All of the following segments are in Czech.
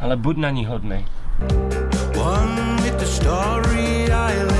ale buď na ní hodnej. One with the starry eyelids.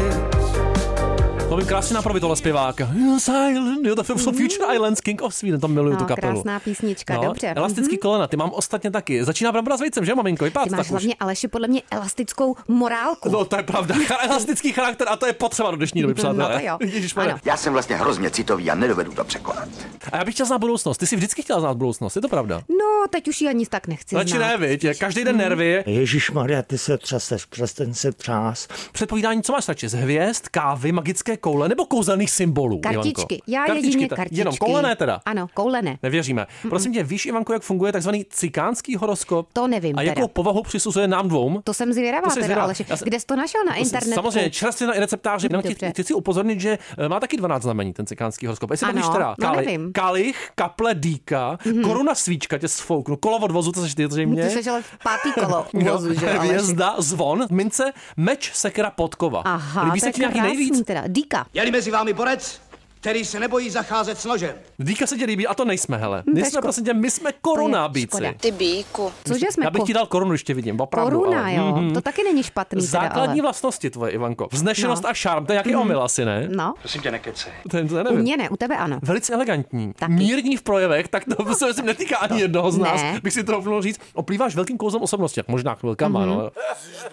To by krásně napravit tohle zpěváka. Yes, Island, jo, to jsou Future Islands, King of Sweden, tam miluju tu Mhm. No, kapelu. krásná písnička, dobře. Mhm. Elastický kolena, ty mám ostatně taky. Začíná brambora s vejcem, že maminko? Vypadá Ty to tak máš už. hlavně, Aleši, podle mě elastickou morálku. No to je pravda, elastický charakter a to je potřeba do dnešní doby, no přátelé. to jo. Ježišmarja. Ano. Já jsem vlastně hrozně citový a nedovedu to překonat. A já bych chtěl znát budoucnost. Ty jsi vždycky chtěla znát budoucnost, je to pravda. No, No, teď už ji ani tak nechci Radši znát. ne, viď? je Každý Mhm. den nervy. Ježíš Maria, ty se třeseš, přestaň se třás. Předpovídání, co máš radši? Z hvězd, kávy, magické koule nebo kouzelných symbolů? Kartičky. Ivanko? Já jedině ta- kartičky. Jenom koule ne teda. Ano, koule ne. Nevěříme. Prosím tě, víš, Ivanko, jak funguje takzvaný cikánský horoskop? To nevím A jakou teda. povahu přisuzuje nám dvou? To jsem zvědavá, To jsi teda, zvědavá. Aleši. Já jsem- Kde jsi to našel na To jsem- internetu? Samozřejmě, čerstvě na receptáři. Jenom ti, Dobře. ti chci upozornit, že eh, má taky 12 znamení ten cikánský horoskop. Jestli Ano, to víš teda, no nevím. Mhm. kalich, kaple, dýka, koruna svíčka tě sfouknu, kolo od vozu, to seš ty zřejmě. No, Ty jsi ale v pátý kolo uvozu, že jo, Aleši? Hvězda, zvon, mince, meč, sekera, podkova. Aha, Líbí to se je ti nějaký krásný nejvíc? Teda. Díka. Je-li mezi vámi borec, který se nebojí zacházet s nožem. Dýka se ti líbí a to nejsme, hele. My to je jsme, ško- prosím tě, my jsme koruna škoda. bíci. Ty bíku. Cože jsme Já bych ko- ti dal korunu, ještě vidím, opravdu. koruna, ale- jo. Mhm. To taky není špatný teda, ale... Základní vlastnosti tvoje, Ivanko. Vznešenost No. a šarm, to je nějaký omyl asi, ne? No, Prosím tě, nekecej. To, je- to já u nevím. mě ne, u tebe ano. Velice elegantní, Taky. No. mírní v projevech, tak to se myslím netýká ani jednoho z nás, Ne. bych si to rovnou říct. Oplýváš velkým kouzlem osobnosti, jak možná chvilkama, mm-hmm. no.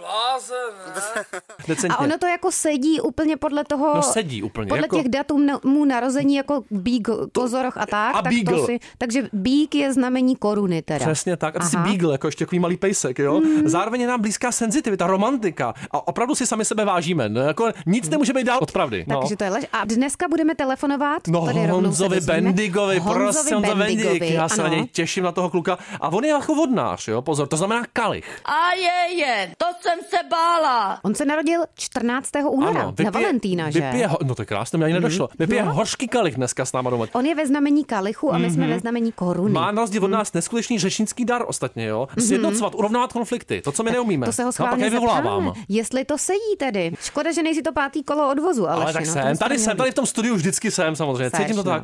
Decentně. Mhm. A ono to jako sedí úplně podle toho... No sedí úplně, Podle jako- těch datů na- mu narození jako bík, kozoroch a tak. a tak beagle. To si, takže bík je znamení koruny teda. Přesně tak. A ty jsi Aha. Mhm. beagle, jako ještě takový malý pejsek, jo. Mm. Zároveň je nám blízká senzitivita, romantika a opravdu si sami sebe vážíme. No, jako nic nemůže být dál od pravdy. no. Takže to je lež. A dneska budeme telefonovat. No tady rovnou se Honzovi dozvíme. Bendigovi, prostě Honzo Bendik, Bendigovi, já se na ano. něj těším na toho kluka. A on je jako vodnář, jo, pozor, to znamená kalich. A je, je, to jsem se bála. On se narodil 14. února na Valentína, že? Mhm. No. Vypije, ho- no to je krásné, mě ani nedošlo. Vypije hořký kalich dneska s náma doma. On je ve znamení kalichu a my jsme ve znamení koruny. Mhm. Má na rozdíl od nás neskutečný řečnický dar ostatně, jo. Sjednocovat, urovnávat konflikty, to, co my neumíme. Mhm. To se ho no, pak schválně nevyvolávám. zeptáme, jestli to sedí tedy. Škoda, že nejsi to pátý kolo odvozu, ale, Ale tak no, to jsem, byste tady měl jsem, být. tady v tom studiu vždycky jsem samozřejmě, Seš, cítím to no. tak.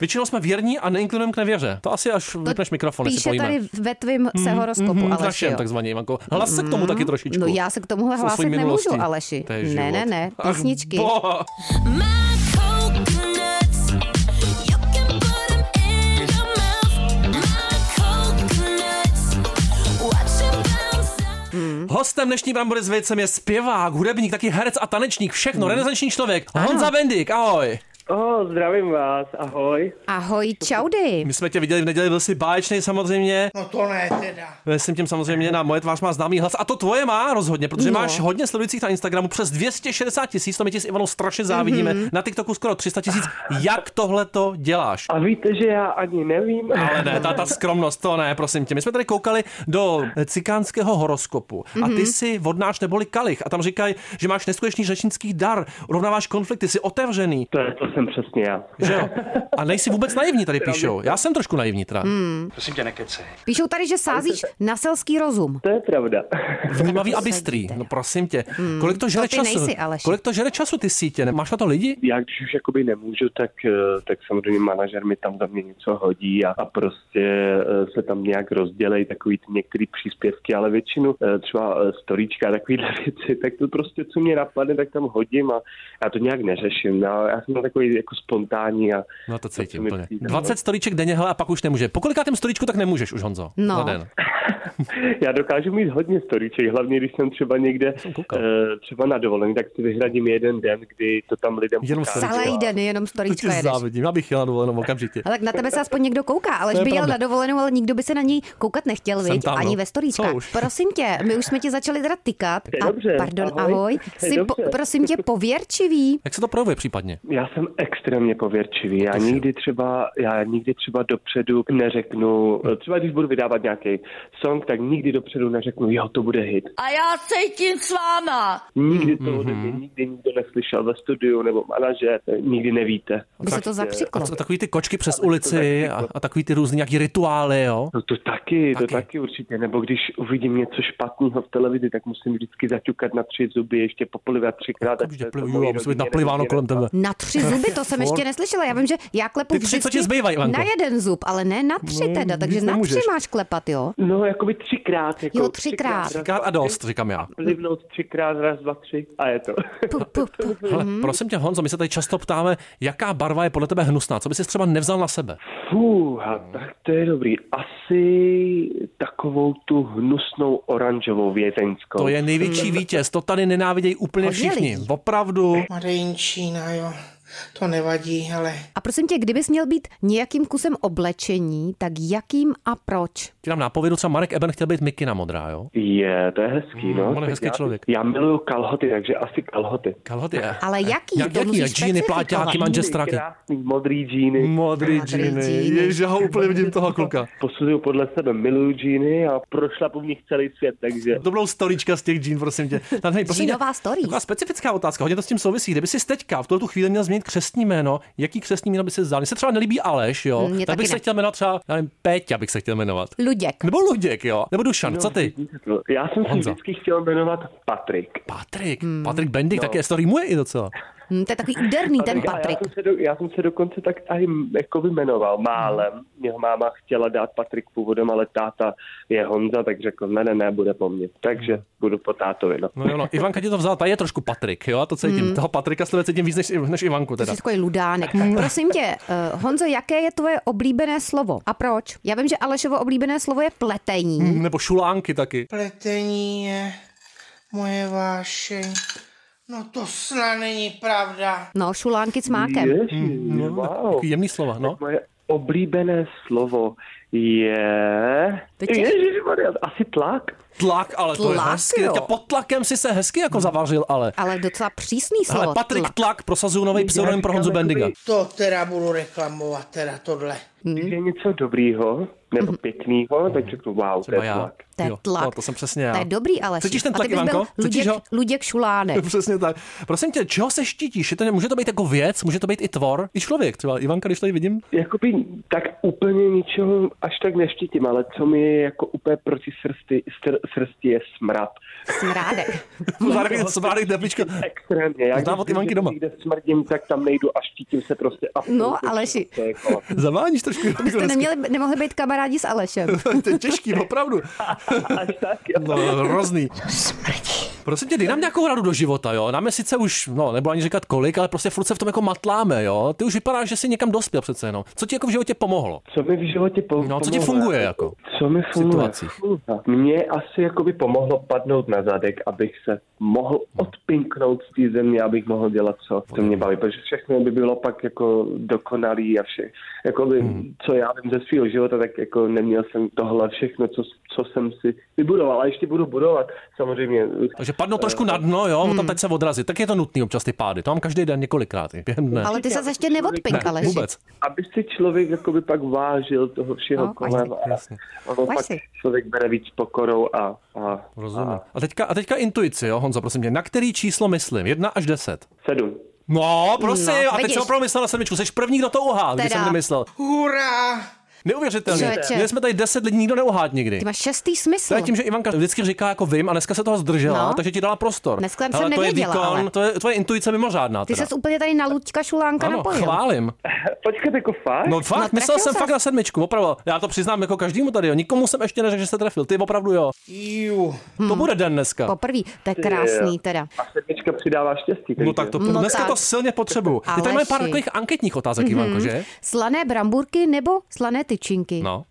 Většinou jsme věrní a neinklinujeme k nevěře. To asi až vypneš mikrofon, jestli Píše pojíme. tady ve tvým se horoskopu, Mm, v Aleši. našem jo. takzvaně, Ivanko. Hlas se k tomu taky trošičku. No já se k tomuhle O hlásit svojí nemůžu, minulosti. Aleši. To je Ne, ne, život. ne, Ach, písničky. boha. Hm? Hostem dnešní Brambory s vejcem je zpěvák, hudebník, taky herec a tanečník, Hm. všechno, renesanční člověk. Honza Bendik, ahoj. Oh, zdravím vás, ahoj. Ahoj, čaudy. My jsme tě viděli v neděli, byl jsi báječný samozřejmě. No to ne teda. Myslím tím samozřejmě na moje tvář má známý hlas. A to tvoje má rozhodně, protože No. máš hodně sledujících na Instagramu, přes 260 tisíc, to my ti s Ivanou strašně závidíme. Mhm. Na TikToku skoro 300 tisíc. Jak tohle to děláš? A víte, že já ani nevím. Ale ne, ta, ta skromnost, to ne, prosím tě. My jsme tady koukali do cikánského horoskopu a Mhm. ty si vodnáš neboli kalich a tam říkají, že máš neskutečný řečnický dar, urovnáváš konflikty, jsi otevřený, To, je, to jsem přesně já. že jo? A nejsi vůbec naivní, tady píšou. Já jsem trošku naivní teda. Hmm. Prosím tě, nekecej. Píšou tady, že sázíš na selský rozum. To je pravda. Vnímavý a Posadíte, bystrý, jo. no prosím tě. Kolik to žere Hmm. ty času? nejsi, Aleši. Kolik to žere času ty sítě? Ne- Máš na to lidi? Já když už jakoby nemůžu, tak, eh, tak samozřejmě manažer mi tam za mě něco hodí a, a prostě eh, se tam nějak rozdělej takový ty některý příspěvky, ale většinu eh, třeba eh, storíčka a takovýhle věci, tak to prostě, co mě napadne, tak tam hodím a já to nějak neřeším. No, já jsem takový jako spontánní a No to co cítím mi úplně. přijde, no. 20 stolíček denně, hele, a pak už nemůže. Po kolikátém stolíčku tak nemůžeš už, Honzo? No. Za den. Já dokážu mít hodně storíček, hlavně když jsem třeba někde jsem koukal. eh, třeba na dovolení, tak si vyhradím jeden den, kdy to tam lidem Jenom ukážu storíčka. a- Celý den jenom To storička tě jedeš. závidím, já bych jel na dovolenou okamžitě. Ale tak na tebe se aspoň někdo kouká, ale To je by jel pravda. na dovolenou, ale nikdo by se na něj koukat nechtěl, Jsem viď? tam, no. Ani ve storíčkách. Co už? Prosím tě, my už jsme ti začali teda tykat. je A, dobře, pardon, ahoj. ahoj. To je Jsi, po, dobře. prosím tě, pověrčivý. Jak se to projevuje případně? Já jsem extrémně pověrčivý. Já nikdy třeba, já nikdy třeba dopředu neřeknu, Hm. eh, třeba když budu vydávat nějaký song, tak nikdy dopředu neřeknu, jo, to bude hit. A já cítím s váma. Nikdy to Mhm. ode mě nikdy nikdo neslyšel ve studiu nebo manažer, eh, nikdy nevíte. By se to A zapříklo. co, takový ty kočky přes ulici a, a takový ty různý nějaký rituály, jo? No to taky, taky, Taky. to taky určitě. Nebo když uvidím něco špatného v televizi, tak musím vždycky zaťukat na tři zuby, ještě poplivat třikrát. ať Každý se to plivu, mojí jo, musí být rodině napliváno nedotkne. kolem tebe. Na tři zuby, to jsem Ford. ještě neslyšela. Já vím, že já klepu Ty tři, co ti vždycky zbývají, Ivanko? No, na jeden zub, ale ne na tři teda, takže na tři nemůžeš. máš klepat, jo? No, jakoby třikrát. Jako, Jo, třikrát. raz, dva, Třikrát a dost, říkám já. Plivnout třikrát, raz, dva, tři a je to. Pu, pu, pu. Hele, prosím tě, Honzo, my se tady často ptáme, jaká barva je podle tebe hnusná, co by si třeba nevzal na sebe? Fú, a No. tak to je dobrý. Asi takovou tu hnusnou oranžovou vězeňskou. To je největší vítěz, to tady nenávidějí úplně Hodně všichni. lidí. Opravdu. Marinčína, jo. To nevadí, ale A prosím tě, kdybys měl být nějakým kusem oblečení, tak jakým a proč? Ti dám nápovědu, třeba Marek Eben chtěl být Mikina modrá, jo? Je, to je hezký, no. Hmm, on je Tak hezký já, člověk. Já miluju kalhoty, takže asi kalhoty. Kalhot je. Ale jaký? Eh, Jak, jaký? to Jak musíš džíny, specifikovat. pláťáky, manžestráky. Krásný modrý džíny. Modrý džíny. džíny. džíny. Ježiš, já ho úplně vidím toho kluka. Posuzuju podle sebe, miluju džíny a prošla po nich celý svět, takže... To bylo storička z těch džín, prosím tě. Tam, hej, prosím tě, Džínová stories. Taková specifická otázka, hodně to s tím souvisí. Kdyby si teďka v tuhle tu chvíli měl změnit křestní jméno, jaký křestní jméno by si vzal? Mně se třeba nelíbí Aleš, jo? Mně tak Mm, taky bych se ne. chtěl jmenovat třeba, já nevím, Péťa bych se chtěl jmenovat. Luděk. Nebo Luděk, jo? Nebo Dušan, co No. ty? Já jsem si Honzo. vždycky chtěl jmenovat Patrik. Patrik, Hmm. Patrik Bendik, tak je, to rýmuje i docela. Hm, to je takový úderný ten A já, Patrik. jsem se do, já jsem se dokonce tak i jako vyjmenoval málem. Jeho máma chtěla dát Patrik původem, ale táta je Honza, tak řekl, ne, ne, ne, bude po mně. Takže budu po tátovi. No. No jo, no, Ivanka ti to vzala, ta je trošku Patrik, jo, a to cítím. Toho Patrika s cítím víc než, než Ivanku teda. Hmm. Jsi Prostě takový ludánek. Prosím tě, eh, Honzo, jaké je tvoje oblíbené slovo a proč? Já vím, že Alešovo oblíbené slovo je Hmm. pletení. Nebo šulánky taky. pletení je moje vášeň. No to snad není pravda. No, šulánky s mákem. Ježi, wow. Mhm, no, Takový jemný slova, no. Moje oblíbené slovo je... Teď je- Ježíš, asi tlak. Tlak, ale to je Tlak, hezky. jo. Hmm. Teďka pod tlakem si se hezky jako zavařil, ale. Ale docela přísný Ale slovo. Patrik tla- Tlak, prosazuju nový pseudonym pro Honzu Bendiga. To teda budu reklamovat, teda tohle. Mhm. Když je něco dobrýho nebo pěknýho, tak řeknu wow, to Třeba je já. tlak. To je Jo, tlak. No, to jsem přesně já. To je dobrý, ale. Cítíš ten a tlak, ty bys byl Ivanko? Cítíš Luděk, ho? Luděk Šulánek. Přesně tak. Prosím tě, čeho se štítíš? Je to, může to být jako věc, může to být i tvor, i člověk. Třeba Ivanka, když tady vidím, Jakoby tak úplně ničeho až tak neštítím, ale co mi je jako úplně proti srsti, str, srsti je smrad. Smrádek. zároveň svárek depička. Extrémně. Já Znám od Ivanky že doma. někde smrdím, tak tam nejdu a štítím se prostě. No, absolutně. Aleši. To je jako- Zaváníš trošku. jako Byste neměli, nemohli být kamarádi s Alešem. to je těžký, opravdu. Až tak, jo. No, hrozný. Prosím tě, dej nám nějakou radu do života, jo. Nám je sice už, no, nebudu ani říkat kolik, ale prostě furt se v tom jako matláme, jo. Ty už vypadáš, že jsi někam dospěl přece jenom. Co ti jako v životě pomohlo? Co mi v životě pomohlo? No, co ti funguje jako? Co mi funguje? situacích? Mně asi jako by pomohlo padnout na zadek, abych se mohl odpinknout z té země, abych mohl dělat, co, co mě baví. Protože všechno by bylo pak jako dokonalý a vše. Jako by, Hmm. co já vím ze svého života, tak jako neměl jsem tohle všechno, co, co jsem si vybudoval. A ještě budu budovat, samozřejmě. Takže padnou trošku Eh, na dno, jo, hmm. tam teď se odrazit. Tak je to nutný občas ty pády. To mám každý den několikrát. i Během dne. Ale ty se ještě neodpink, ne, Aleši. vůbec. Aby si člověk jako by pak vážil toho všeho No, kolem. vážně, a- jasně. a ono pak Vážně. člověk bere víc s pokorou a, a, Rozumím. a A teďka, a teďka intuici, jo, Honzo, prosím tě. Na který číslo myslím? Jedna až deset. sedm. No, prosím, No, a teď vidíš. jsem opravdu myslel na sedmičku. Jsi první, kdo to uhál, když Teda. jsem nemyslel. Hurá! Neuvěřitelně. Člověče. Měli jsme tady deset lidí, nikdo neuhád nikdy. Ty máš šestý smysl. To je tím, že Ivanka vždycky říká jako vím a dneska se toho zdržela, No. takže ti dala prostor. Dneska jsem to je nevěděla, výkon, ale. to je tvoje intuice mimořádná. Ty teda. ses úplně tady na Luďka Šulánka ano, napojil. chválím. Počkat, jako fakt? No fakt, myslel trefil jsem ses. fakt na sedmičku, opravdu. Já to přiznám jako každému tady, jo. nikomu jsem ještě neřekl, že se trefil. Ty opravdu jo. Ju. To bude den dneska. Poprvé, to je krásný teda. A sedmička přidává štěstí. No takže. tak to, No dneska tak. to silně potřebuju. Ty tady máme pár Aleši. Mhm. takových anketních otázek, Ivanko, že? Slané bramburky nebo slané tyčinky? No,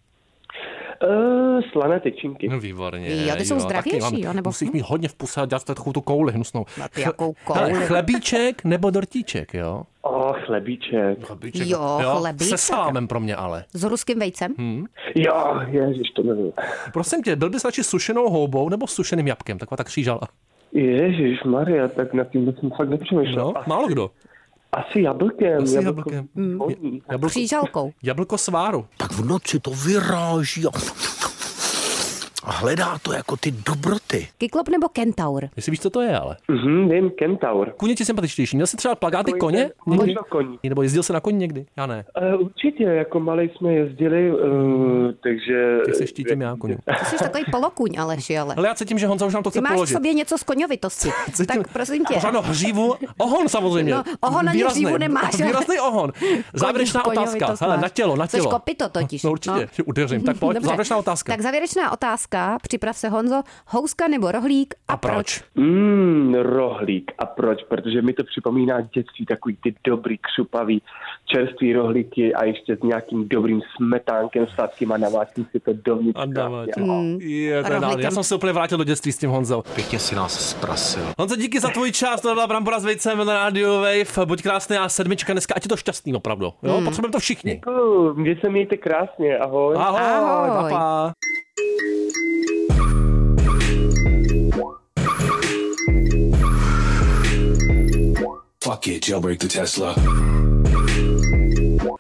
Eh, slané tyčinky. no výborně. Jo, ty jsou zdravější, taky mám- jo, nebo- Musíš mít hodně v puse a dělat takovou tu kouli hnusnou. No ty jakou Chle- hele, kouli. chlebíček nebo dortíček, jo? O, chlebíček. Chlebíček. Jo, Se Hmm. chlebíček. salámem pro mě ale. S ruským vejcem? Jo, ježiš, to nevím. Prosím tě, byl bys radši sušenou houbou nebo sušeným jabkem? Taková ta křížala. Ježíš Maria, tak nad tím jsem fakt nepřemýšlel. No, No? málo kdo. Asi jablkem. Asi jablko- jablkem. Mm. Voní. Jablko, Křížalkou. jablko sváru. Tak v noci to vyráží a, a hledá to jako ty dobroty. Kyklop nebo kentaur? Jestli víš, co to je, ale. Mhm, vím, kentaur. Kůň je ti sympatičtější. Měl jsi třeba plagáty koně? Možná koní. Nebo jezdil se na koni někdy? Já ne. Eh, určitě, jako malej jsme jezdili, Mm. eh, takže... Těch se štítím já koně. Ty jsi takový polokuň, Aleši, ale. Ale já cítím, že Honza už nám to Ty chce máš v položit. sobě něco z koňovitosti. Cítím- Tak prosím tě. A Pořádno hřívu. Ohon samozřejmě. No, ohon ani Výrazný. hřívu nemáš, ale- Výrazný ohon. Závěrečná Koní- koňovitost otázka. Hele, máš. na tělo, na Jseš tělo. kopyto totiž. No určitě, No. no. udeřím. Tak pojď, Dobře. závěrečná otázka. Tak závěrečná otázka. ptá, připrav se Honzo, houska nebo rohlík a, A proč? Mm, rohlík. A proč? Protože mi to připomíná dětství, takový ty dobrý, křupavý, čerstvý rohlíky a ještě s nějakým dobrým smetánkem sladkým a naváčím si to dovnitř. A dáváte. krásně. A- Je, to je Rohlíkem. nádherný. Já jsem se úplně vrátil do dětství s tím Honzou. Pěkně si nás zprasil. Honzo, díky za tvůj čas, to byla Brambora s vejcem na Radio Wave. Buď krásný a sedmička dneska, ať je to šťastný opravdu. Jo, potřebujeme to všichni. Děkuju, Vy se mějte krásně, ahoj. Ahoj, Pa, Ahoj. pa. Fuck it, jailbreak the Tesla.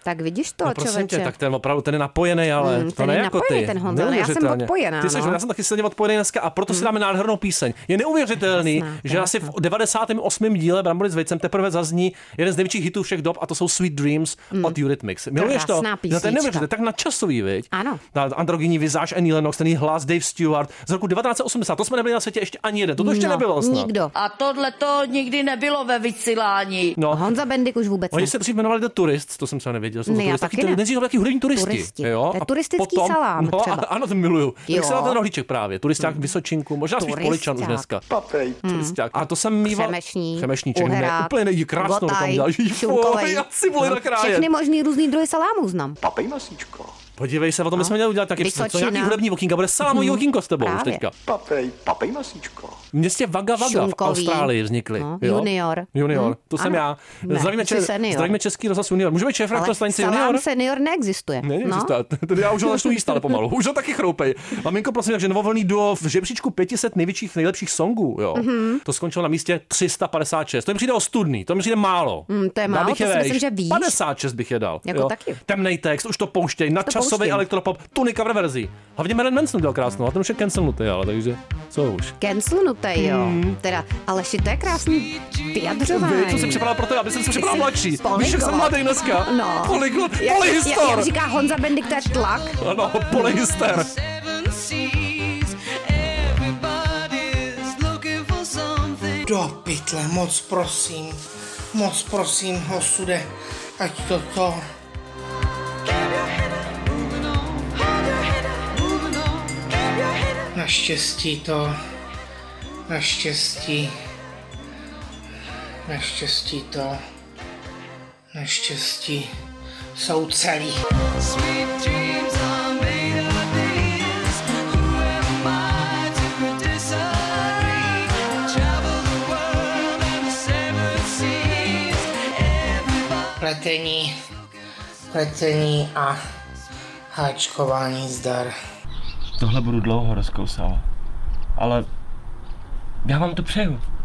Tak vidíš to, No, prosím tě, člověče. tak ten opravdu ten je napojený, ale Mm, mm, ten to ne je jako napojený, ty. ten Honza, ale já jsem Neuvěřitelně. odpojená, Ty jsi, no. Hmm. já jsem taky silně odpojený dneska a proto si dáme nádhernou píseň. Je neuvěřitelný, Jasná, že asi v 98. díle Brambory s vejcem teprve zazní jeden z největších hitů všech dob a to jsou Sweet Dreams od Eurythmics. Miluješ to? Hmm. Krásná No, to písnička. je neuvěřitelné, tak nadčasový, viď? Ano. Ta androgyní vizáž Annie Lennox, ten její hlas Dave Stewart z roku 1980. To jsme nebyli na světě ještě ani jeden. To, to ještě no, nebylo snad. Nikdo. A tohle to nikdy nebylo ve vysílání. No, Honza Bendik už vůbec ne. Oni se dřív jmenovali The Tourists, to jsem třeba nevěděl. Jsou to Ne, já turisti. taky Taky ne. to- Nejdřív to byli taky hudební turisti. Turisti. Jo? To je A turistický potom, salám no, třeba. A, ano, to miluju. Jo. Mm. Jo. se na ten rohlíček právě. Turisták, Vysočinku, možná spíš Turisták. Poličan už dneska. Papej. Turisták. A to jsem mýval. Přemešník, Přemešníček. Ne, uherák, úplně nej- krásnou tam gotaj, dělal. Jí, šunkovej. No, fuj, Já si byli na kráje. Všechny možný různý druhy salámů znám. Papej masíčko. Podívej se, o tom bychom měli udělat taky No, Vysočina. Mhm. to nějaký hudební okýnka, bude salamový okýnko s tebou už Právě. teďka. Papej. Papej masíčko. V městě Vaga Vaga v Šunkový. Austrálii vznikly. No, jo? junior. Junior, Hm, to jsem ano. já. Ne, zdravíme, ty jsi senior. zdravíme český rozhlas junior. Můžeme šéf Ale na stanici salám junior? senior neexistuje. Ne, nevím, no? no. Tady já už ho začnu jíst, ale pomalu. Už ho taky chroupej. Maminko, prosím, takže novovolný duo v žebříčku 500 největších, nejlepších songů, jo. Mhm. Mm-hmm. To skončilo na místě 356. To mi přijde ostudný, to mi přijde málo. Mm, to je Dal málo, bych to je si vejš. myslím, že víš. 56 bych je dal. Jako jo. taky. Temnej text, už to pouštěj, nadčasový pouštím. elektropop, tuny cover verzí. Hlavně Marilyn Manson dělal krásnou, a ten už je cancelnutý, ale takže co už. Cancelnutý, jo. Teda, Aleši, to je krásný vyjadřování. Hmm. Vy, co jsem připravil pro to, aby jsem se připravil mladší. Víš, jak Polyglot. jsem mladý dneska. No. Polyglot, Jak- jak- polyhistor. Jak říká Honza Bendik, to je tlak. Ano, polyhister. Do pytle, moc prosím, moc prosím, osude, ať to to. Naštěstí to, naštěstí, naštěstí to, naštěstí jsou celý. pletení, pletení a háčkování zdar. Tohle budu dlouho rozkousal, ale já vám to přeju.